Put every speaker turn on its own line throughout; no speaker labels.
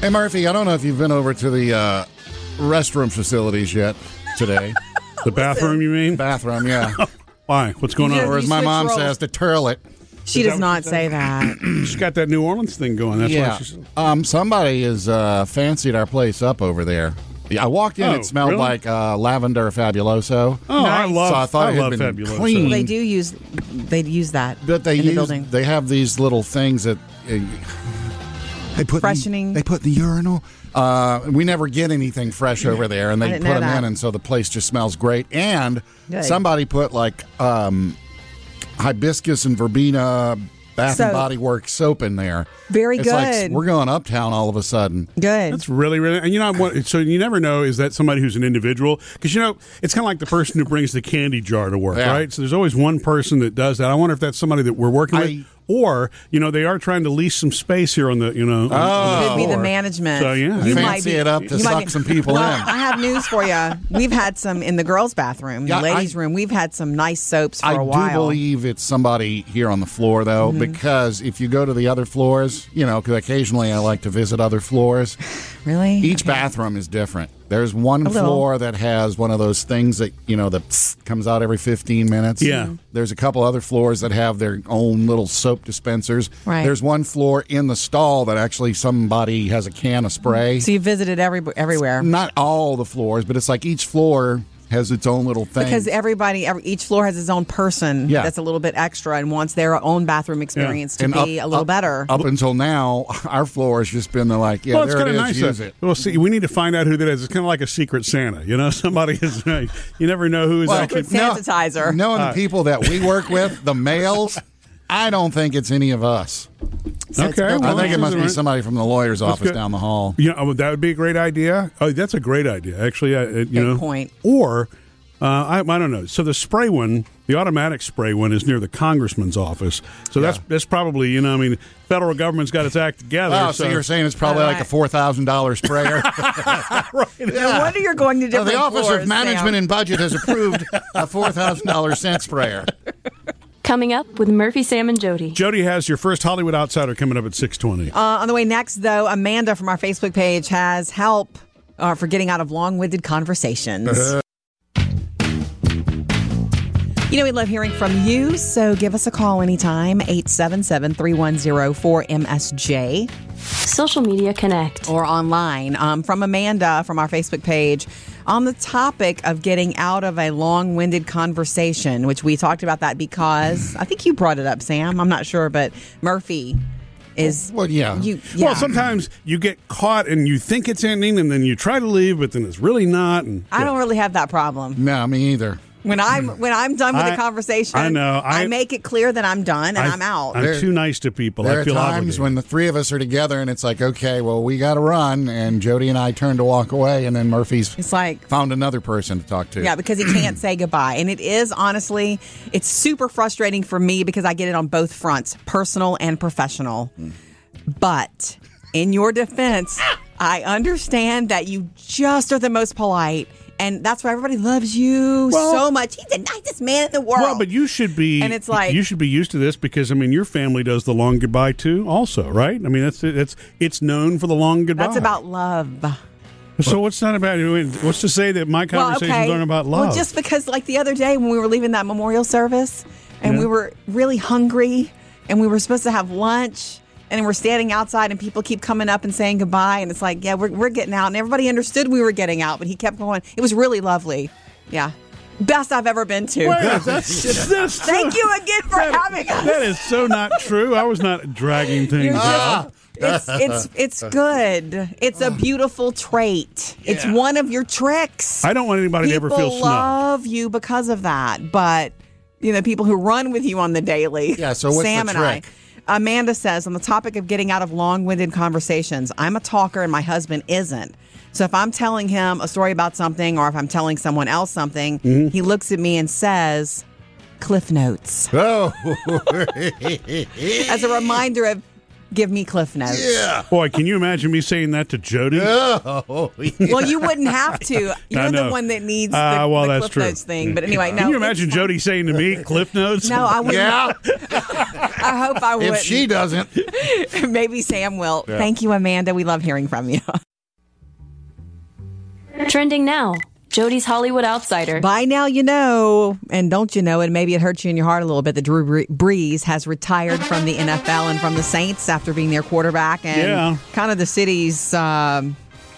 Hey, Murphy, I don't know if you've been over to the uh, restroom facilities yet today.
The bathroom, you mean?
Bathroom, yeah.
Why? What's going
or
on?
as my
switch
mom
roles.
says, the toilet.
She
that
does
what
not
she
say that.
She's got that New Orleans thing going. That's why
yeah.
she's.
Um, somebody has uh, fancied our place up over there. Yeah, I walked in,
Oh,
it smelled
really?
like uh, lavender fabuloso.
Oh, I
Nice.
love.
So I thought it had
love
been
Fabuloso.
clean.
they do use they use that
But they
in the
use,
building.
they have these little things that uh, they put in-
Freshening.
they put in the urinal. Uh, we never get anything fresh over there, and
I
they put
didn't know
them
that.
in, and so the place just smells great. And
Good.
somebody put like um, hibiscus and verbena Bath
Soap.
and Body Works soap in there.
Very
It's like
good.
we're going uptown all of a sudden.
Good.
That's really, really, and you know, I want, so you never know is that somebody who's an individual because you know it's kind of like the person who brings the candy jar to work,
Yeah.
right? So there's always one person that does that. I wonder if that's somebody that we're working
I-
with, or you know, they are trying to lease some space here on the, you know, on- on
Oh.
Could be the
floor.
management.
So yeah,
You
I mean,
might
Fancy
be-
it up to
you might
suck
be-
some people
well,
in.
I have news for you. We've had some in the girls' bathroom,
Yeah, I-
the ladies' room. We've had some nice soaps for
I
a while. Mm-hmm.
do believe it's somebody here on the floor, though, because if you go to the other floors, you know, because occasionally I like to visit other floors.
really?
Each bathroom is different. There's one
A little.
floor that has one of those things that, you know, the pss comes out every 15 minutes.
Yeah. Mhm.
There's a couple other floors that have their own little soap dispensers.
Right.
There's one floor in the stall that actually somebody has a can of spray.
so you visited every everywhere
Not all the floors, but it's like each floor has its own little thing.
because everybody, every, each floor has its own person
Yeah.
that's a little bit extra and wants their own bathroom experience to
And
be
up-
a little
up-
better.
Up until now, our floor has just been the like, yeah,
well, it's
there
kind of
it is,
nice.
use
though.
it.
Well, see, we need to find out who that is. It's kind of like a secret Santa, you know. Somebody is. You never know who is
Well,
actually.
Secret sanitizer.
Knowing the people that we work with, the males, I don't think it's any of us.
So it's
okay,
built
well,
I
on.
think it must be
Alright.
somebody from the lawyer's office
good.
down the hall.
Yeah, oh, that would be a great idea. Oh, that's a great idea, actually. I, it- you
Good
know,
point.
Or uh, I, I don't know. So the spray one, the automatic spray one, is near the congressman's office. So that's that's probably you know, I mean, federal government's got its act together.
Oh, so, you're saying it's probably like a
Alright.
four thousand dollars sprayer.
No wonder you're going to
So
different
Uh, the Office
floors,
of Management
Sam.
and Budget has approved a four thousand dollars scent sprayer.
Coming up with Murphy, Sam, and Jody.
Jody has your first Hollywood outsider coming up at six twenty.
Uh, on the way next, though, Amanda from our Facebook page has help uh, for getting out of long-winded
Uh-huh.
conversations. You know, we love hearing from you, so give us a call anytime, 877-310-4MSJ
Social media connect.
or online. Um, from Amanda from our Facebook page on the topic of getting out of a long winded conversation, which we talked about that because I think you brought it up, Sam. I'm not sure, but Murphy is.
Well, yeah.
You, yeah.
Well, sometimes you get caught and you think it's ending, and then you try to leave, but then it's really not. And
I don't really have that problem.
No, me either.
When I'm when I'm done with a
Hmm. I-
conversation,
I know.
I,
I-
make it clear that I'm done and
I,
I, am out.
I'm
There-
too nice to people.
There
I
are
feel
times
obligated.
when the three of us are together and it's like, okay, well, we got to run, and Jody and I turn to walk away, and then Murphy's
it's like
found another person to talk to.
Yeah, because he can't say goodbye. And it is honestly, it's super frustrating for me because I get it on both fronts, personal and professional. But in your defense, I understand that you just are the most polite. And that's why everybody loves you
Well-
so much. He's the nicest man in the world.
Well, but you should be,
And it's like-
you should be used to this because I mean, your family does the long goodbye too, also, right? I mean, that's it's it's known for the long goodbye.
that's about love.
So what's not about? What's to say that my conversations aren't about love?
Well, just because, like the other day when we were leaving that memorial service, and
Yeah.
we were really hungry, and we were supposed to have lunch, and we're standing outside, and people keep coming up and saying goodbye, and it's like, yeah, we're we're getting out, and everybody understood we were getting out, but he kept going. It was really lovely, yeah, best I've ever been to.
Wait, that's, that's, that's so-
Thank you again for
that-
having us.
That is so not true. I was not dragging things out.
Uh, Oh,
It's it's it's good. It's a beautiful trait. It's one of your tricks.
I don't want anybody to
people
ever feel snubbed.
love you because of that. But you know, people who run with you on the daily.
Yeah, so what's the
Sam and
trick?
I. Amanda says on the topic of getting out of long-winded conversations, I'm a talker and my husband isn't. So if I'm telling him a story about something or if I'm telling someone else something,
Mm-hmm.
he looks at me and says, "Cliff notes."
Oh,
As a reminder of give me cliff notes.
Boy, can you imagine me saying that to Jody?
Well, you wouldn't have to. You're the
know.
one that needs the,
Ah, well,
the
that's
cliff
true. Mm.
notes thing. But anyway, no.
can you
it's
imagine
fine.
Jody saying to me, "Cliff notes"?
No, I wouldn't.
yeah.
I hope I would.
If she doesn't,
Maybe Sam will. Thank you, Amanda. We love hearing from you.
Trending now Jody's Hollywood Outsider.
By now, you know, and don't you know, and maybe it hurts you in your heart a little bit that Drew Bre- Brees has retired from the NFL and from the Saints after being their quarterback and
Yeah.
kind of the city's, um,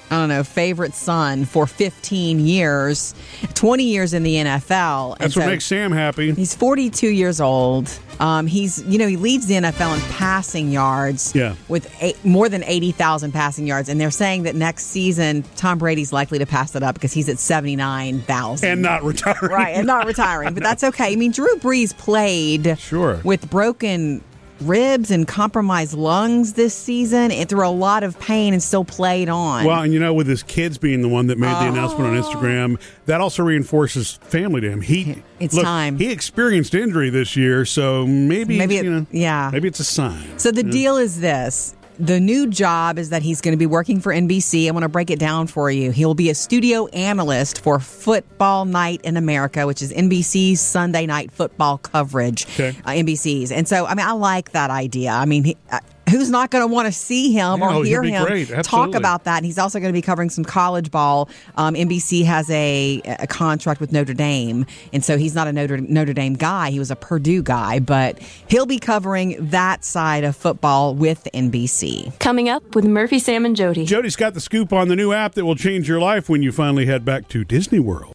I don't know, favorite son for 15 years, 20 years in the NFL. And
That's what
so-
makes Sam happy.
He's 42 years old. Um, he's, you know, he leads the NFL in passing yards
Yeah.
with eight, more than 80,000 passing yards. And they're saying that next season, Tom Brady's likely to pass it up because he's at 79,000.
And not retiring.
right, and not retiring, but that's okay. I mean, Drew Brees played
Sure.
with broken ribs and compromised lungs this season and through a lot of pain and still played on.
Well, and you know, with his kids being the one that made the announcement
Oh.
on Instagram, that also reinforces family to him. He
It's
look,
time.
He experienced injury this year, so maybe
Maybe
it's,
it-
you know,
yeah.
maybe it's a sign.
So the deal is this. The new job is that he's going to be working for NBC. I want to break it down for you. He'll be a studio analyst for Football Night in America, which is NBC's Sunday night football coverage.
Okay.
Uh, NBC's. And so, I mean, I like that idea. I mean, he, uh, who's not going to want to see him
No,
or
oh, he'd
hear
be
him
great.
talk
Absolutely.
about that? And he's also going to be covering some college ball. Um, NBC has a, a contract with Notre Dame. And so he's not a Notre, Notre Dame guy. He was a Purdue guy, but he'll be covering that side of football with NBC.
Coming up with Murphy, Sam, and Jody.
Jody's got the scoop on the new app that will change your life when you finally head back to Disney World.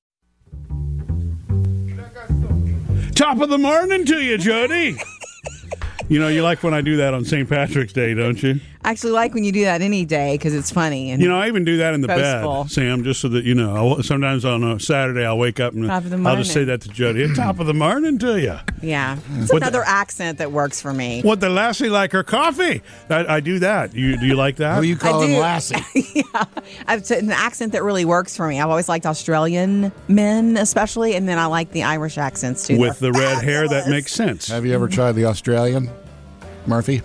Top of the morning to you, Jody. you know, you like when I do that on St. Patrick's Day, don't you?
I actually like when you do that any day because it's funny. And
You know, I even do that in the
Boastful.
bed, Sam, just so that you know. I, sometimes on a Saturday, I'll wake up and
Top of the
I'll just say
morning.
that to Jody. Top of the morning to you.
yeah, it's
What the-
another accent that works for me.
What the lassie like her coffee? I, I do that. You do you like that?
who you calling
do.
Lassie?
I've t- an accent that really works for me. I've always liked Australian men, especially, and then I like the Irish accents too.
With the
They're
red hair, that
fabulous.
makes sense.
Have you ever tried the Australian, Murphy?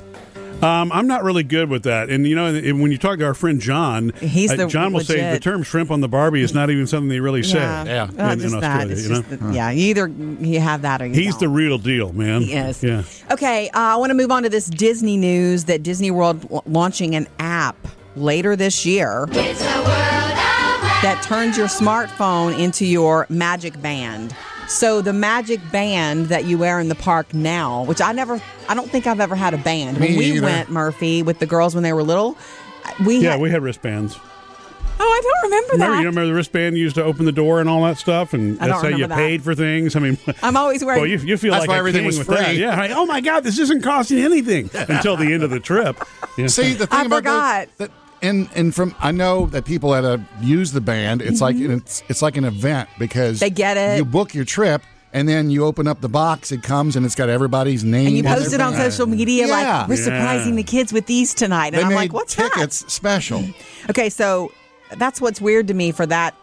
Um, I'm not really good with that, and you know, and when you talk to our friend John,
He's
uh,
the
John will say the
legit-
term "shrimp on the Barbie" is not even something they really say.
yeah,
Yeah.
in-
Not
in
just that.
Australia,
It's
you know?
just that- yeah, you either you have that or you
He's the
don't.
real deal, man.
Yes.
Yeah.
Okay, uh, I want to move on to this Disney news that Disney World l- launching an app later this year that turns your smartphone into your magic band. So the magic band that you wear in the park now, which I never, I don't think I've ever had a band.
Me
when we
either.
went, Murphy, with the girls when they were little, we
Yeah,
had,
we had wristbands.
oh, I don't remember,
Remember,
that.
you remember the wristband you used to open the door and all that stuff, and
I don't
that's how you
remember that.
paid for things. I mean,
I'm always wearing.
well, you, you feel
That's
like
why
a
everything
king
was
with that.
free.
Yeah. Like, oh my God, this isn't costing anything until the end of the trip. Yeah.
See the thing
I
about
forgot.
That, that and and from I know that people that uh, use the band, it's like it's it's like an event because
Mm-hmm. They get it.
You book your trip and then you open up the box, it comes and it's got everybody's name.
and you
their
post it on
band.
social media
Yeah.
like we're
Yeah.
surprising the kids with these tonight, and
They
I'm
made
like, what's that?
tickets special.
Okay, so that's what's weird to me for that.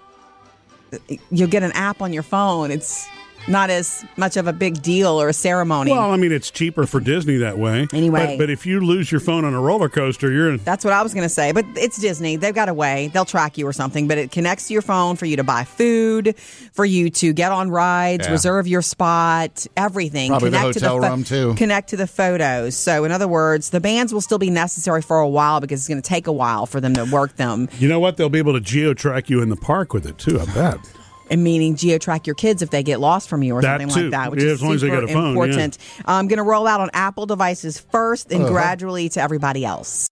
You'll get an app on your phone. It's not as much of a big deal or a ceremony.
Well, I mean, it's cheaper for Disney that way.
Anyway.
But, but if you lose your phone on a roller coaster, you're in.
that's what I was going to say, but it's Disney. They've got a way. They'll track you or something, but it connects to your phone for you to buy food, for you to get on rides,
Yeah.
reserve your spot, everything.
Probably the hotel
pho-
room, too.
Connect to the photos. So, in other words, the bands will still be necessary for a while because it's going to take a while for them to work them.
You know what? They'll be able to geo track you in the park with it too. I bet.
and meaning geo track your kids if they get lost from you or
That
something
too.
like that, which
Yeah,
is
as long as they
super
got a phone, yeah.
important. I'm going to roll out on Apple devices first, and
Uh-huh.
gradually to everybody else.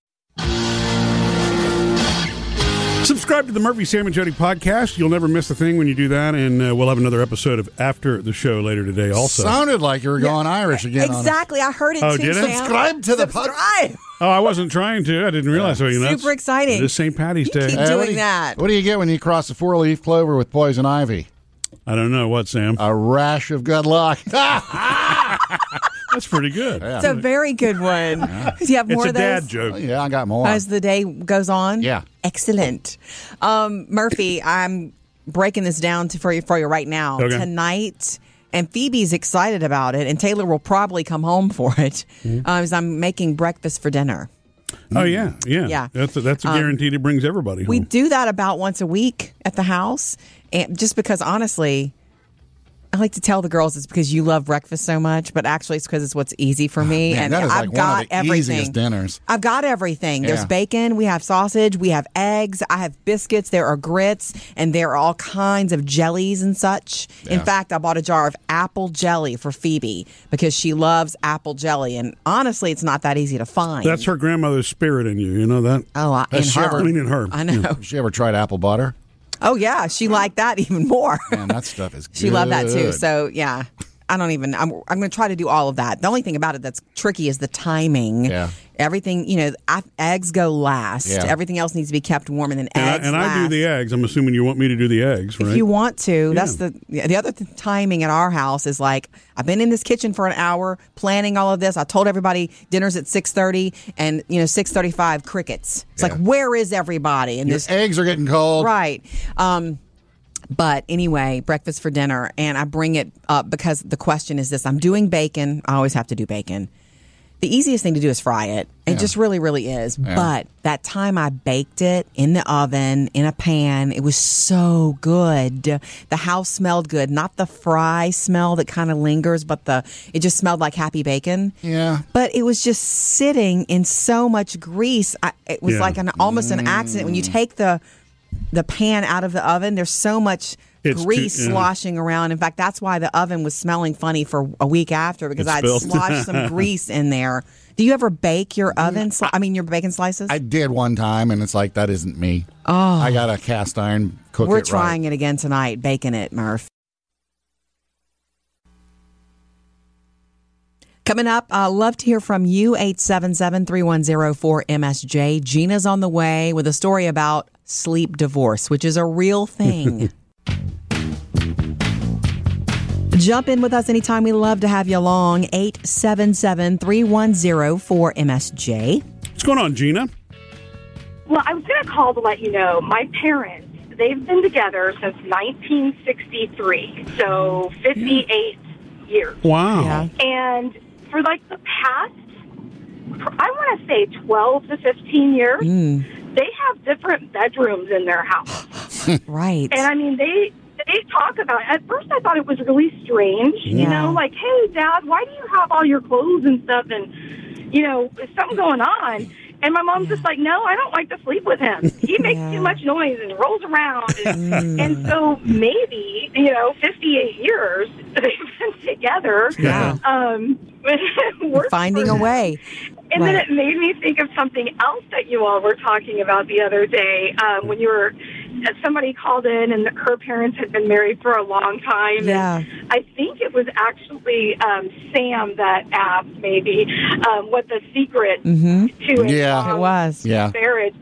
Subscribe to the Murphy Sam and Jody podcast. You'll never miss a thing when you do that, and uh, we'll have another episode of after the show later today. Also,
sounded like you were going Irish again. on us.
exactly, I heard it
Oh,
too.
did it?
Sam.
Subscribe to the pod-
subscribe.
oh, I wasn't trying to. I didn't realize. Yeah. you know,
Super
it's-
exciting.
It is St. Patty's
You
Day.
keep-
what
doing
do you-
that.
What do you get when you cross a four leaf clover with poison ivy?
I don't know what Sam.
A rash of good luck.
That's pretty good.
It's a very good one. Do you have
It's
more
a
of those?
dad joke.
yeah, I got more.
As the day goes on,
Yeah.
excellent. Um, Murphy, I'm breaking this down to, for you for you right now
Okay.
tonight, and Phoebe's excited about it, and Taylor will probably come home for it.
Mm-hmm.
uh, as I'm making breakfast for dinner.
Oh yeah, yeah,
Yeah. Um,
That's a, that's a guarantee that brings everybody
We
Mm.
home.
do that about once a week at the house, and just because honestly, I like to tell the girls it's because you love breakfast so much, but actually it's because it's what's easy for me,
Oh, Man,
and
that is
I've
like
got
one of the
everything.
easiest dinners.
I've got everything. There's
Yeah.
bacon, we have sausage, we have eggs, I have biscuits, there are grits, and there are all kinds of jellies and such. In
Yeah.
fact, I bought a jar of apple jelly for Phoebe because she loves apple jelly, and honestly, it's not that easy to find.
That's her grandmother's spirit in you. You know that?
Oh, I, in
she
her.
ever-
I mean, in her.
I know.
Have you ever tried apple butter?
Oh yeah, she liked that even more.
Man, that stuff is.
She loved that too.
good.
So yeah, I don't even. I'm I'm going to try to do all of that. The only thing about it that's tricky is the timing.
Yeah.
Everything you know, I, eggs go last.
Yeah.
Everything else needs to be kept warm, and then
And, I,
eggs
and I do the
last.
eggs. I'm assuming you want me to do the eggs, right?
If you want to, that's the the other th- timing at our house is like I've been in this kitchen for an hour planning all of this. I told everybody dinner's at six thirty, and you know six thirty five crickets. It's like
Yeah.
where is everybody? And
Your
this
eggs are getting cold.
Right. Um, but anyway, breakfast for dinner. And I bring it up because the question is this I'm doing bacon. I always have to do bacon. The easiest thing to do is fry it. It just really, really is. But that time I baked it in the oven, in a pan, it was so good. The house smelled good. Not the fry smell that kind of lingers, but the it just smelled like happy bacon.
Yeah.
But it was just sitting in so much grease. I, it was
Yeah. Mm.
like an almost an accident. When you take the the pan out of the oven, there's so much
It's too-
grease
yeah.
sloshing around. In fact, that's why the oven was smelling funny for a week after because
It
I'd
spilled.
sloshed some grease in there. Do you ever bake your oven? Sli- I mean, your bacon slices.
I did one time, and it's like that isn't me. Oh, I got a cast iron cook.
We're
it
trying
right.
it again tonight, baking it, Murph. Coming up, uh, love to hear from you, 877-3104-MSJ. Gina's on the way with a story about sleep divorce, which is a real thing. Jump in with us anytime. We love to have you along, 877-3104-MSJ.
What's going on, Gina?
Well, I was going to call to let you know my parents, they've been together since 1963, so 58 years.
Wow.
Yeah.
And for like the past, I want to say 12 to 15 years, they have different bedrooms in their house.
Right.
And I mean, they they talk about. At first, I thought it was really strange. You
Yeah.
know, like, hey, Dad, why do you have all your clothes and stuff? And you know, is something going on? And my mom's just like, no, I don't like to sleep with him. He makes
Yeah.
too much noise and rolls around. And, and so maybe you know, fifty eight years they've been together.
Yeah.
Um, works
Finding
for
a
them.
way.
And then
Right.
it made me think of something else that you all were talking about the other day um, when you were. Somebody called in, and her parents had been married for a long time.
Yeah.
And I think it was actually um, Sam that asked, maybe, um, what the secret to a
Yeah.
long
Mm-hmm. It was.
Yeah.
marriage.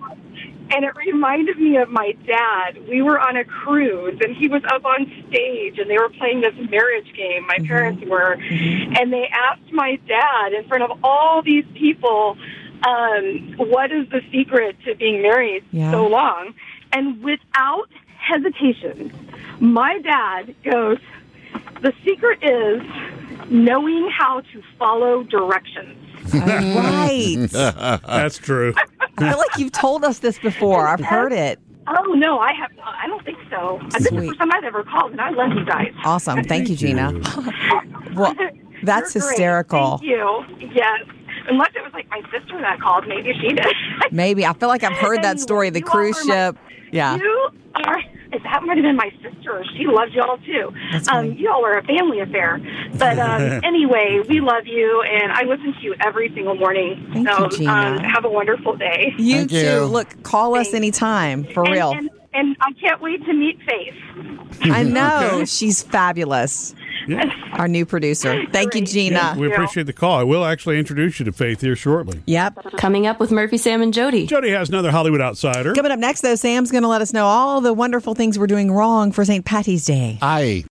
And it reminded me of my dad. We were on a cruise and he was up on stage and they were playing this marriage game. My parents were. And they asked my dad in front of all these people, um, what is the secret to being married
Yeah.
so long? And without hesitation, my dad goes, the secret is knowing how to follow directions.
Right.
That's true.
I feel like you've told us this before. I've heard it.
Oh no, I have not. I don't think so. Uh, This is the
Sweet.
first time I've ever called, and I love you guys.
Awesome. Thank you, Gina. Well, that's
You're great.
hysterical.
Thank you. Yes. Unless it was like my sister that called, maybe she did.
Maybe. I feel like I've heard that story, the
You all are
cruise
my-
ship. Yeah.
You are. If that might have been my sister, she loved y'all too.
That's
um,
right.
you all were a family affair. But um, anyway, we love you, and I listen to you every single morning.
Thank
so
you, Gina.
Um, have a wonderful day.
You
Thank
too.
you.
Look, call us
Thanks.
anytime. For
And-
real.
And, and I can't wait to meet Faith.
I know. She's fabulous.
Yeah.
Our new producer. Thank you,
Great.
Gina.
We appreciate the call. I will actually introduce you to Faith here shortly.
Yep.
Coming up with Murphy, Sam, and Jody.
Jody has another Hollywood outsider.
Coming up next, though, Sam's going to let us know all the wonderful things we're doing wrong for St. Patty's Day.
I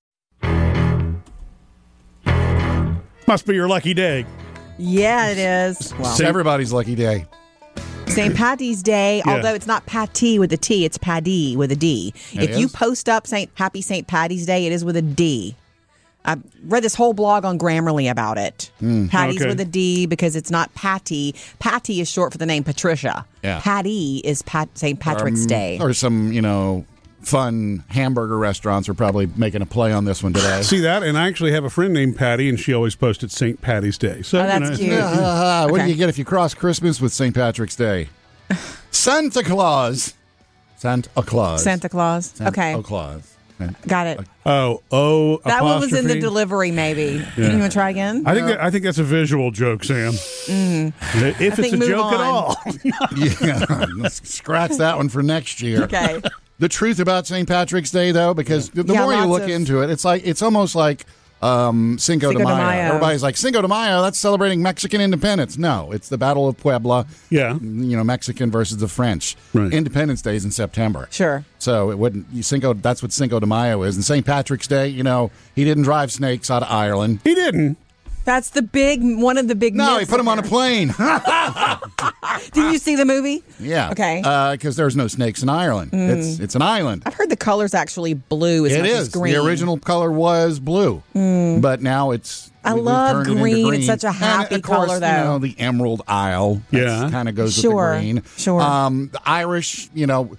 Must be your lucky day.
Yeah, it is. Well,
it's everybody's lucky day.
St. Patty's Day,
Yeah.
although it's not patty with a T, it's paddy with a D. if you
is?
post up Saint Happy St. Patty's Day, it is with a D. I read this whole blog on Grammarly about it.
Hmm.
Patty's
Okay.
with a D because it's not Patty. Patty is short for the name Patricia.
Yeah. Um,
Patty is Pat- St. Patrick's Day.
Or some, you know, fun hamburger restaurants are probably making a play on this one today.
See that? And I actually have a friend named Patty, and she always posts at St. Patty's Day. So
Oh, that's
you know,
cute.
Ah, ah, ah, What do
Okay.
you get if you cross Christmas with St. Patrick's Day? Santa Claus. Santa Claus.
Santa Claus. okay,
Santa Claus.
got it.
Oh, oh,
That one was in the
apostrophe.
delivery, maybe. You want to try again?
I think that, I think that's a visual joke, Sam. If it's
Mm-hmm. think
a
move
joke at
on.
all,
Yeah. Let's Scratch that one for next year.
okay.
The truth about St. Patrick's Day, though, because the, the
Yeah,
more you
lots
look
of-
into it, it's like it's almost like um, Cinco, de,
Cinco de
Mayo.
Mayo.
Everybody's like Cinco de Mayo. That's celebrating Mexican independence. No, it's the Battle of Puebla.
Yeah.
you know, Mexican versus the French.
Right.
Independence Day is in September.
Sure.
So it wouldn't you Cinco. That's what Cinco de Mayo is. And St. Patrick's Day, you know, he didn't drive snakes out of Ireland.
he didn't.
That's the big one of the big.
No, he
myths
put them on a
in
plane.
there. Did you see the movie?
yeah. Uh,
Okay. Mm.
Because there's no snakes in Ireland. It's it's an island.
I've heard the color's actually blue as
It
much
is.
as green. Mm.
The original color was blue, but now it's.
I
we've
love
turned it into
green. It's such a happy
and of course,
color,
You
though.
know, the Emerald Isle.
Yeah.
kind of goes
Sure,
with the green.
sure.
Um, the Irish, you know.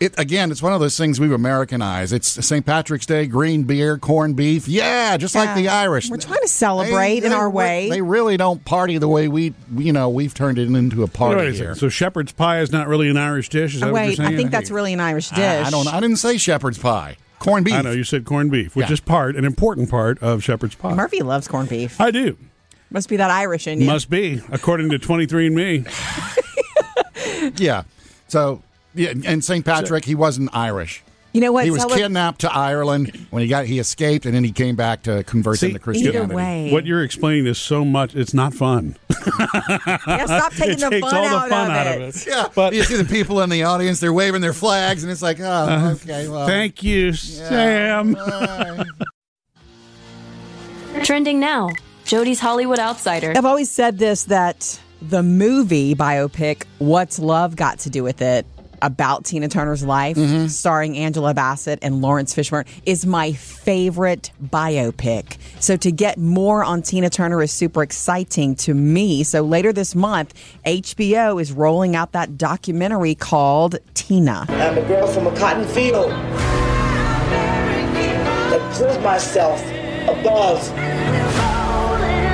It, again, it's one of those things we've Americanized. It's St. Patrick's Day, green beer, corned beef. Yeah, just like the Irish.
We're trying to celebrate
They-
in our
they-
way.
They really don't party the way we, you know, we've turned it into a party
Wait a
here.
second. So shepherd's pie is not really an Irish dish. Is that what
Wait,
you're
I
saying?
think that's really an Irish dish.
I, I don't. I didn't say shepherd's pie, corned beef.
I know you said corned beef, which
Yeah.
is part an important part of shepherd's pie.
Murphy loves corned beef.
I do.
Must be that Irish in you.
Must be according to 23andMe.
Yeah. So, yeah, and St. Patrick, he wasn't Irish.
you know what?
He was
Cele-
kidnapped to Ireland. When he got, he escaped, and then he came back to convert
See,
them to
either
Christianity.
Either way.
What you're explaining is so much; it's not fun.
yeah, stop taking
it
the
takes
fun,
all the
out,
fun
of
out
it.
of it.
Yeah,
But-
but you see the people in the audience; they're waving their flags, and it's like, oh, okay,
Um,
well,
Thank you, Sam.
bye.
Trending now Jody's Hollywood Outsider.
I've always said this that the movie biopic What's Love Got to Do with It about Tina Turner's life
Mm-hmm.
starring Angela Bassett and Lawrence Fishburne is my favorite biopic. So to get more on Tina Turner is super exciting to me. So later this month, HBO is rolling out that documentary called Tina.
I'm a girl from a cotton field that pulled myself above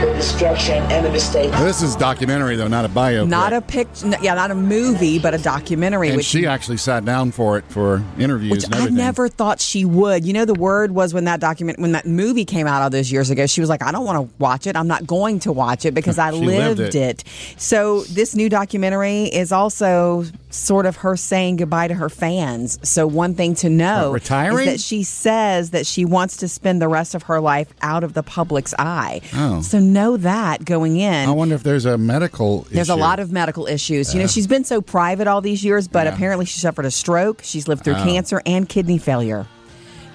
the destruction and the mistake.
This is documentary though, not a biopic.
Not a picture, yeah, not a movie, but a documentary.
And
which
she actually sat down for it for interviews.
Which
and
I
everything.
never thought she would. You know, the word was when that document, when that movie came out all those years ago, she was like, I don't want to watch it. I'm not going to watch it because I
She lived
lived,
it.
it. So this new documentary is also sort of her saying goodbye to her fans. So one thing to know
What, retiring?
is that she says that she wants to spend the rest of her life out of the public's eye.
Oh.
So know that going in.
I wonder if there's a medical.
There's a lot of medical issues. You know, she's been so private all these years, but apparently she suffered a stroke. She's lived through cancer and kidney failure.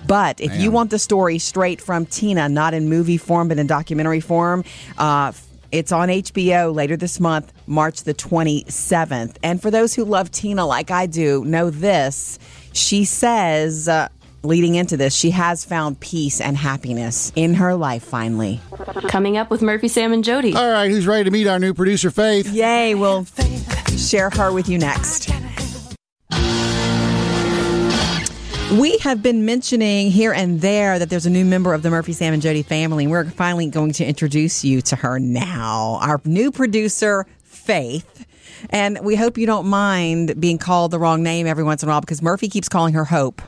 But if you
Oh. Man.
want the story straight from Tina, not in movie form, but in documentary form, uh, it's on HBO later this month, March the 27th. And for those who love Tina like I do, know this. She says, uh, leading into this, she has found peace and happiness in her life finally.
Coming up with Murphy, Sam, and Jody.
All right, who's ready to meet our new producer, Faith?
Yay, we'll share her with you next. We have been mentioning here and there that there's a new member of the Murphy, Sam, and Jody family. and We're finally going to introduce you to her now, our new producer, Faith. And we hope you don't mind being called the wrong name every once in a while because Murphy keeps calling her Hope.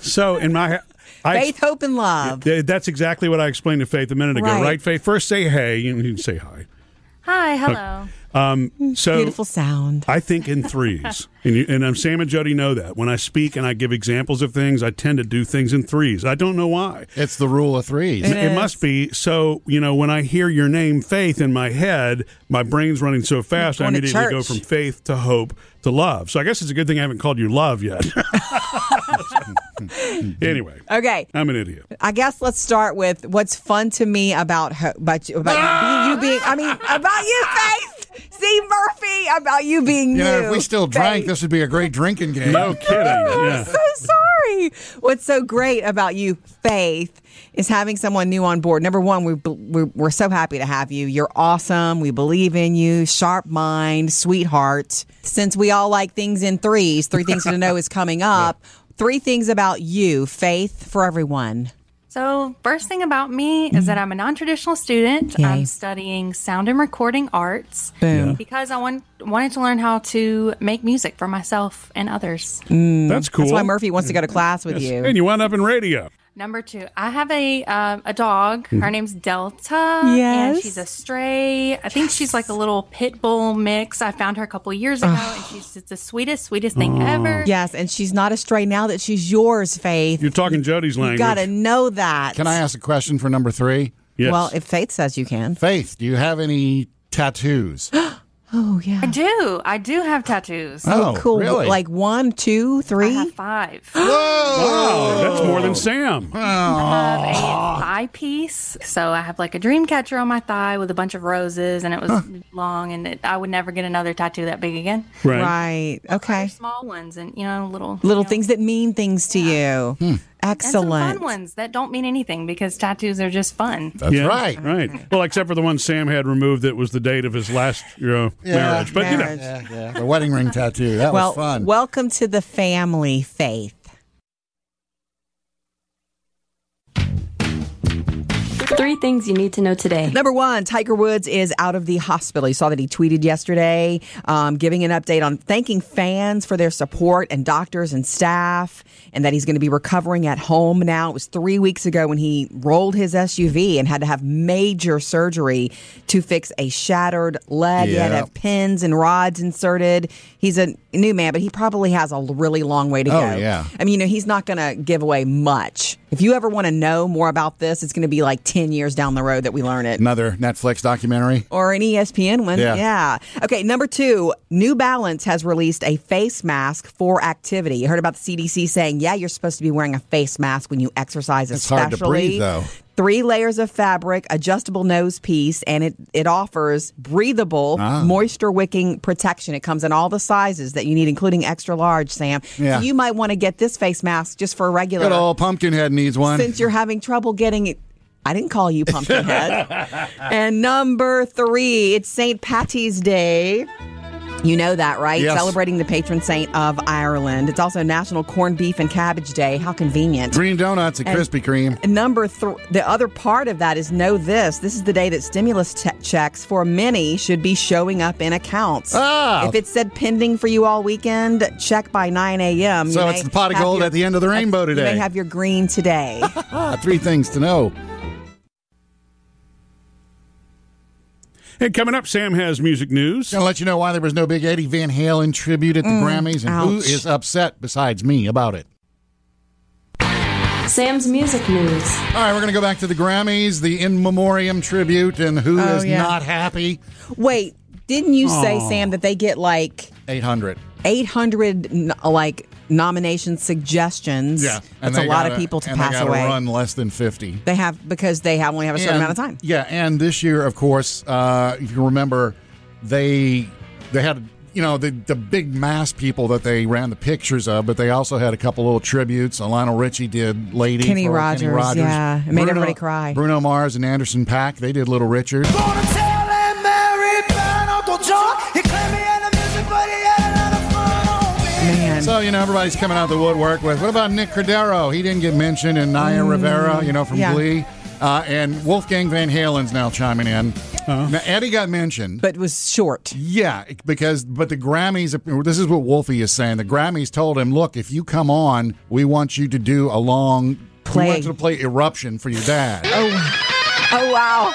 So in my, I,
Faith, Hope, and Love.
Th- That's exactly what I explained to Faith a minute ago,
Right.
right? Faith, first say hey, you you can say hi.
Hi, hello.
Um, so
Beautiful sound.
I think in threes, and you, and um, Sam and Jody know that when I speak and I give examples of things, I tend to do things in threes. I don't know why.
It's the rule of threes.
It, must be so. You know, when I hear your name, Faith, in my head, my brain's running so fast. I
Going to
immediately go
church.
from faith to hope to love. So I guess it's a good thing I haven't called you love yet. anyway,
Okay.
I'm an idiot.
I guess let's start with what's fun to me about ho- about you, about you, you being. I mean, about you, Faith. See Murphy about you being
You
new.
know, if we still drank,
Faith.
this would be a great drinking game.
No kidding. Yeah.
I'm so sorry. What's so great about you, Faith, is having someone new on board. Number one, we, we're, we're so happy to have you. You're awesome. We believe in you. Sharp mind, sweetheart. Since we all like things in threes, three things to know is coming up. Three things about you, Faith, for everyone.
So, first thing about me is that I'm a non traditional student.
Mm-hmm. Yay.
I'm studying sound and recording arts
Boom.
because I want, wanted to learn how to make music for myself and others.
That's cool.
That's why Murphy wants to go to class with you.
And you wound up in radio.
Number two, I have a um, a dog. Her name's Delta.
Mm-hmm. Yes.
And she's a stray. I think she's like a little pit bull mix. I found her a couple years ago, and she's just the sweetest, sweetest thing ever.
Yes, and she's not a stray now that she's yours, Faith.
You're talking Jody's language.
Got to know that.
Can I ask a question for number three?
Yes.
Well, if Faith says you can.
Faith, do you have any tattoos?
Oh yeah.
I do. I do have tattoos.
Oh,
cool.
really?
Like one, two,
I
three.
have five.
Oh,
Oh.
wow, Oh, that's more than Sam.
I
Ah.
have a thigh piece. So I have like a dream catcher on my thigh with a bunch of roses, and it was long, and it, I would never get another tattoo that big again.
right.
Right. Okay.
Small ones, and you know, little
Little
you know,
things that mean things to you.
Hmm.
and some
Excellent.
fun ones that don't mean anything because tattoos are just fun.
That's
Yeah,
right.
Right. Well, except for the one Sam had removed that was the date of his last you know, marriage. But you
marriage.
know,
Yeah, yeah. The wedding ring tattoo. That
well,
was fun.
welcome to the family, Faith.
Three things you need to know today.
Number one, Tiger Woods is out of the hospital. You saw that he tweeted yesterday, um, giving an update on thanking fans for their support and doctors and staff, and that he's going to be recovering at home now. It was three weeks ago when he rolled his SUV and had to have major surgery to fix a shattered leg. He had to
Yeah.
have pins and rods inserted. He's a new man, but he probably has a really long way to
Oh,
go.
yeah.
I mean, you know, he's not going to give away much. If you ever want to know more about this, it's going to be like 10 years down the road that we learn it
Another Netflix documentary.
or an E ESPN one.
Yeah.
Okay, number two, New Balance has released a face mask for activity. You heard about the CDC saying, yeah, you're supposed to be wearing a face mask when you exercise,
It's
especially.
hard to breathe, though.
Three layers of fabric, adjustable nose piece, and it, it offers breathable,
Ah.
moisture wicking protection. It comes in all the sizes that you need, including extra large, Sam.
Yeah.
So you might want to get this face mask just for a regular
Good old Pumpkinhead needs one.
since you're having trouble getting it. I didn't call you Pumpkinhead. and number three, it's St. Patty's Day. You know that, right?
Yes.
Celebrating the patron saint of Ireland. It's also National Corned Beef and Cabbage Day. How convenient.
Green donuts at Krispy Kreme.
Number three, the other part of that is know this. This is the day that stimulus te- checks for many should be showing up in accounts.
Ah.
If it said pending for you all weekend, check by 9 a.m. You
So
may
it's the pot of
have
gold
your-
at the end of the rainbow
You may
today.
have your green today.
Ah, three things to know.
hey, coming up, Sam has music news.
Gonna let you know why there was no big Eddie Van Halen tribute at the Grammys and who
Mm, ouch.
is upset besides me about it.
Sam's music news.
All right, we're gonna go back to the Grammys, the in memoriam tribute, and who is
Oh, yeah.
not happy.
Wait, didn't you say, Sam, that they get like
Eight hundred.
800 n- like nomination suggestions?
and
that's a
they
lot of
gotta-
people to
and they
pass
gotta
away.
Run less than fifty.
They have because they have only have a certain
And-
amount of time.
Yeah, and this year, of course, uh, if you remember, they they had you know the the big mass people that they ran the pictures of, but they also had a couple little tributes. Uh, Lionel Richie did "Lady,"
Kenny
for
Rogers,
Kenny Rogers.
yeah. It made
Bruno-
everybody cry.
Bruno Mars and Anderson Pack they did "Little Richard."
Gonna tell him Mary found Uncle John. He claimed he had a music, but he had another front on me.
Man.
So you know everybody's coming out the woodwork with. What about Nick Cordero? He didn't get mentioned, and Naya Rivera, you know from
Mm. yeah.
Glee, uh, and Wolfgang Van Halen's now chiming in. Now Eddie got mentioned,
but it was short.
Yeah, because but the Grammys. This is what Wolfie is saying. The Grammys told him, "Look, if you come on, we want you to do a long We
Play.
want you to play Eruption for your dad."
Oh wow.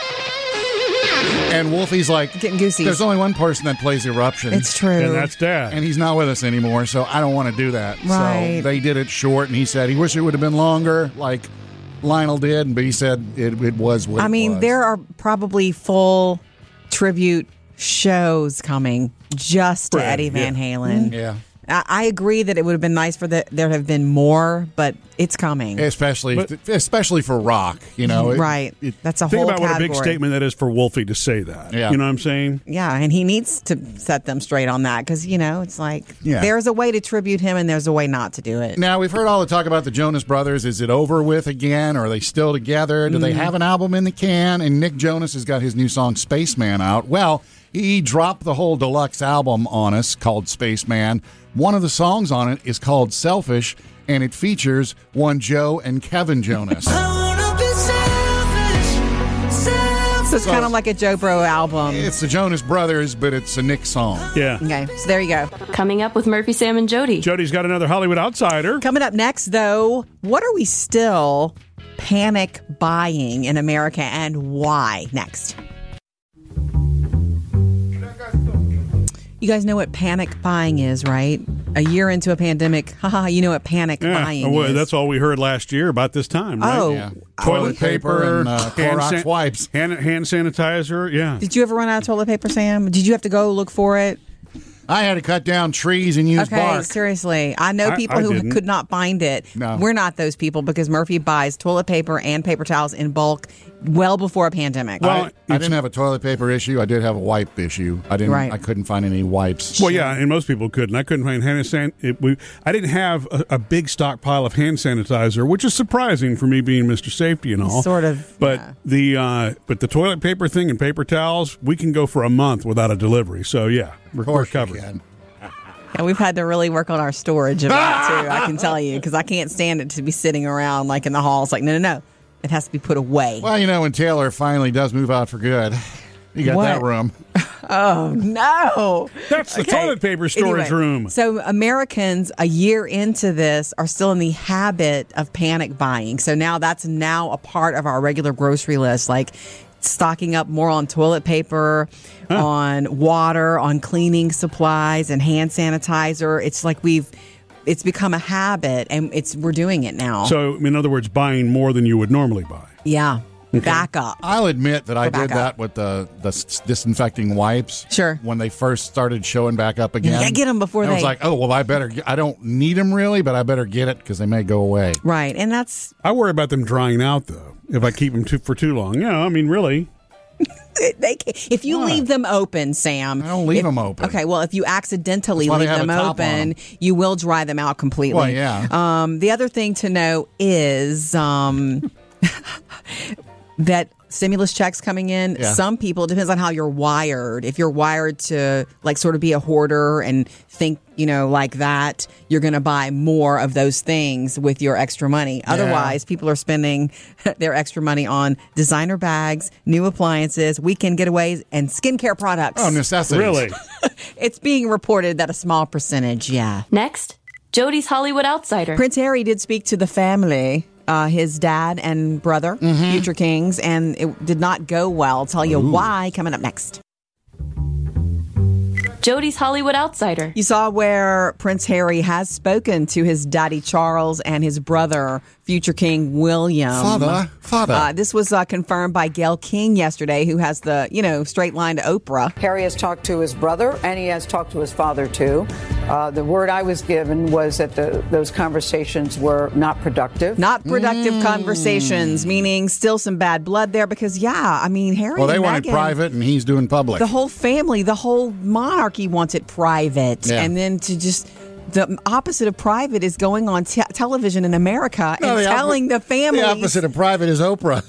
and Wolfie's like,
Getting goosey.
There's only one person that plays Eruption.
It's true.
And that's Dad.
and he's not with us anymore, so I don't want to do that.
Right.
So they did it short, and he said he wished it would have been longer, like Lionel did, but he said it, it was what
I
it
mean,
was.
there are probably full tribute shows coming just to
Right,
Eddie Van
yeah.
Halen.
yeah,
I, I agree that it would have been nice for the, there have been more, but it's coming.
especially
But-
especially for rock, you know, It-
right.
it-
That's a
Think
whole
about what a
category.
big statement that is for Wolfie to say that.
Yeah.
You know what I'm saying?
Yeah, and he needs to set them straight on that because you know it's like
Yeah.
there's a way to tribute him and there's a way not to do it.
Now we've heard all the talk about the Jonas Brothers. Is it over with again? Are they still
Mm.
together? Do they have an album in the can? And Nick Jonas has got his new song "Spaceman" out. Well, He dropped the whole deluxe album on us called Spaceman. One of the songs on it is called Selfish, and it features one Joe and Kevin Jonas.
So it's kind of like a Joe Bro album.
it's the Jonas Brothers, but it's a Nick song.
Yeah.
Okay, so there you go.
Coming up with Murphy, Sam, and Jody.
Jody's got another Hollywood outsider.
Coming up next, though, what are we still panic buying in America and why? Next. You guys know what panic buying is, right? A year into a pandemic, haha, you know what panic
Yeah,
buying
well,
is.
that's all we heard last year about this time, right?
Oh.
Yeah.
Toilet paper,
and uh,
hand
Clorox
san-
wipes.
hand, hand sanitizer. Yeah,
Did you ever run out of toilet paper, Sam? Did you have to go look for it?
I had to cut down trees and use
Okay,
bark.
seriously. I know
I-
people
I
who
didn't.
could not find it.
No.
We're not those people because Murphy buys toilet paper and paper towels in bulk well before a pandemic.
Well,
I, I didn't have a toilet paper issue. I did have a wipe issue. I didn't.
Right.
I couldn't find any wipes.
Well, yeah, and most people couldn't. I couldn't find hand san. It, we, I didn't have a, a big stockpile of hand sanitizer, which is surprising for me being Mister Safety and all.
Sort of,
but
yeah.
the uh, but the toilet paper thing and paper towels, we can go for a month without a delivery. So yeah, we're,
of
we're
course you
covered.
can.
And we've had to really work on our storage of that too. I can tell you because I can't stand it to be sitting around like in the halls. Like no, no, no, it has to be put away.
Well, you know, when Taylor finally does move out for good, you got that
What?
room.
No,
That's the toilet paper storage
Anyway,
room.
So Americans a year into this are still in the habit of panic buying. So now that's now a part of our regular grocery list. Like. Stocking up more on toilet paper, on water, on cleaning supplies, and hand sanitizer. It's like we've, it's become a habit, and it's we're doing it now.
So in other words, buying more than you would normally buy.
Yeah. Back up.
I'll admit that I did
Rebecca.
that with the the s- disinfecting wipes.
Sure.
When they first started showing back up again,
gotta get 'em before
I was
they-
like, oh well, I better. Get, I don't need them really, but I better get it because they may go away.
Right. And that's
I worry about them drying out though. If I keep them too, for too long, yeah. I mean, really,
they ca- if you
Why?
leave them open, Sam.
I don't leave
if-
them open.
Okay, well, if you accidentally
That's why they
leave
have a
them
top on
open,
'em.
you will dry them out completely.
Well, yeah.
Um, the other thing to know is um, that stimulus checks coming in.
Yeah.
Some people it depends on how you're wired. If you're wired to like sort of be a hoarder and think you know like that, you're going to buy more of those things with your extra money. Otherwise, people are spending their extra money on designer bags, new appliances, weekend getaways, and skincare products.
Oh, necessities.
really.
it's being reported that a small percentage, yeah.
Next, Jody's Hollywood Outsider.
Prince Harry did speak to the family, uh, his dad and brother,
Mm-hmm.
future kings, and it did not go well. Tell you why coming up next.
Jody's Hollywood Outsider.
You saw where Prince Harry has spoken to his daddy Charles and his brother, future King William.
Father, father.
Uh, this was uh, confirmed by Gail King yesterday, who has the you know straight line to Oprah.
Harry has talked to his brother and he has talked to his father too. Uh, the word I was given was that the, those conversations were not productive.
Not productive
Mm.
conversations, meaning still some bad blood there. Because yeah, I mean Harry.
well, they
and
wanted
Meghan-
private, and he's doing public.
the whole family, the whole monarchy wants it private,
Yeah.
and then to just. The opposite of private is going on te- television in America
No,
and
the oppo-
telling the family
The opposite of private is Oprah.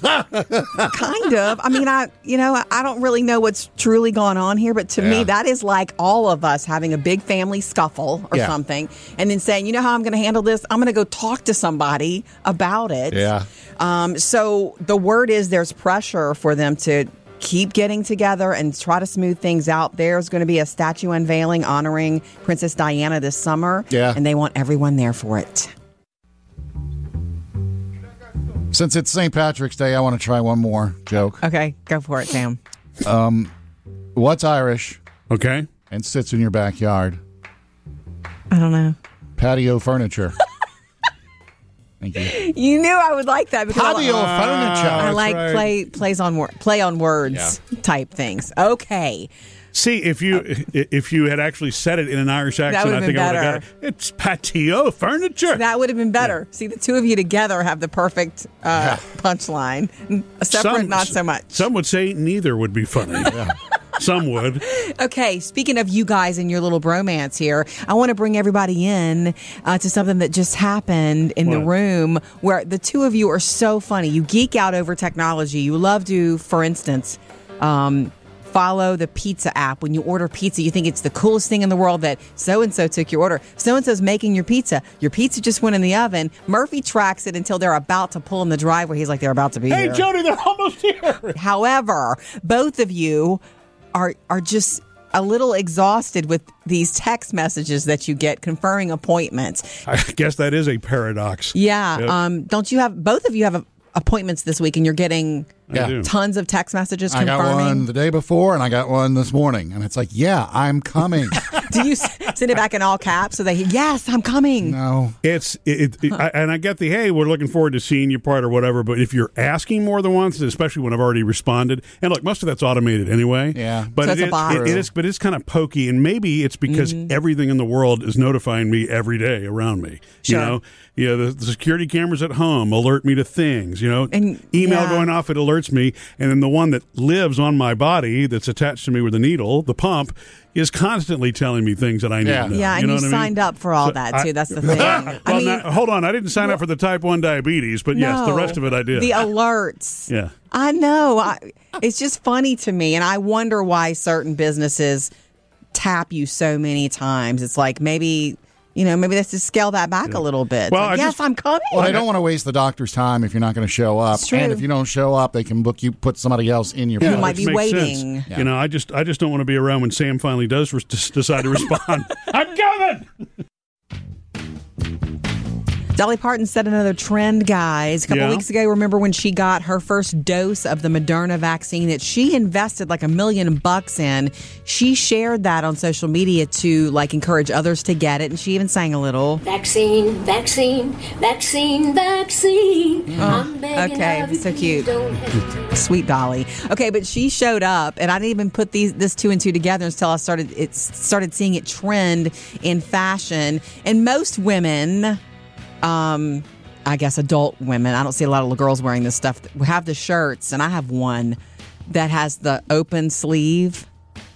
kind of. I mean, I you know I- I don't really know what's truly gone on here, but to
Yeah.
me that is like all of us having a big family scuffle or
Yeah.
something, and then saying, you know how I'm going to handle this? I'm going to go talk to somebody about it.
Yeah.
Um. So the word is there's pressure for them to keep getting together and try to smooth things out. There's going to be a statue unveiling honoring Princess Diana this summer.
Yeah.
And they want everyone there for it.
Since it's St. Patrick's Day, I want to try one more joke.
Okay, go for it, Sam.
What's Irish
Okay,
and sits in your backyard?
I don't know.
Patio furniture. Thank you.
You knew I would like that because I
Patio
I
furniture.
That's
like
right.
play plays on wor- play on words type things. Okay,
See if you
Uh,
i- if you had actually said it in an Irish accent, I
would've
think
been
I would have got
better.
it. It's patio furniture.
that would have been better. See, the two of you together have the perfect uh, punchline. Separate,
Some-
not so much.
Some would say neither would be funny. Some would.
Okay, speaking of you guys and your little bromance here, I want to bring everybody in uh, to something that just happened in the
What?
room where the two of you are so funny. You geek out over technology. You love to, for instance, um, follow the pizza app. When you order pizza, you think it's the coolest thing in the world that so and so took your order. So and so's making your pizza. Your pizza just went in the oven. Murphy tracks it until they're about to pull in the driveway. He's like, they're about to be
Hey,
here.
Jody, they're almost here.
However, both of you are are just a little exhausted with these text messages that you get confirming appointments.
I guess that is a paradox.
Yeah,
Yep.
um don't you have both of you have a, appointments this week and you're getting
I do.
tons of text messages
I got one
confirming?
the day before, and I got one this morning, and it's like, yeah, I'm coming.
Do you s- send it back in all caps so they yes, I'm coming.
no,
It's it, it I, and I get the hey, we're looking forward to seeing you part or whatever. But if you're asking more than once, especially when I've already responded, and look, most of that's automated anyway.
Yeah.
but
So
it,
it's a
is-
bot. Mm-hmm.
it- it is, but it's kind of pokey, and maybe it's because everything in the world is notifying me every day around me.
Sure.
You know, you know, the, the security cameras at home alert me to things. You know,
And-
email
yeah.
going off, it alerts me, and then the one that lives on my body, that's attached to me with a needle, the pump, is constantly telling me things that I need.
Yeah.
to know.
Yeah, and
you,
you,
know what I mean?
signed up for all
So
that
I-
too. That's the thing. I
well,
mean,
not- hold on. I didn't sign up for the type 1 diabetes, but yes, the
No.
rest of it I did.
The alerts.
Yeah.
I know. I, it's just funny to me. And I wonder why certain businesses tap you so many times. It's like maybe, you know, maybe let's just scale that back a little bit.
Well,
Like,
I
yes,
just-
I'm coming.
well, they don't want to waste the doctor's time if you're not going to show up.
It's true.
And if you don't show up, they can book you, put somebody else in your.
You
place.
might
Which
be
makes
waiting.
sense.
Yeah.
You know, I just I just don't want to be around when Sam finally does re- des- decide to respond.
I'm coming.
Dolly Parton set another trend, guys. A couple
Yeah.
weeks ago, remember when she got her first dose of the Moderna vaccine that she invested like a million bucks in? She shared that on social media to like encourage others to get it, and she even sang a little.
Vaccine, vaccine, vaccine, vaccine. I'm begging
Oh, okay,
of you,
so
please
cute.
Don't hesitate.
Sweet Dolly. Okay, but she showed up, and I didn't even put these this two and two together until I started it started seeing it trend in fashion. And most women, um, I guess adult women, I don't see a lot of little girls wearing this stuff. Have the shirts, and I have one that has the open sleeve.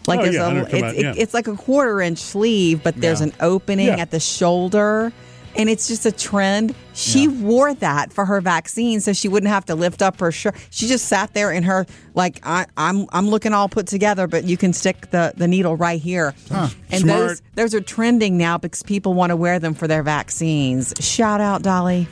Like
Oh,
there's
yeah, I know
a,
what you're
it's,
talking about, yeah.
it's like a quarter inch sleeve, but there's
Yeah.
an opening
Yeah.
at the shoulder. And it's just a trend. She wore that for her vaccine, so she wouldn't have to lift up her shirt. She just sat there in her like I, I'm I'm looking all put together, but you can stick the, the needle right here. And
Smart.
those those are trending now because people want to wear them for their vaccines. Shout out, Dolly.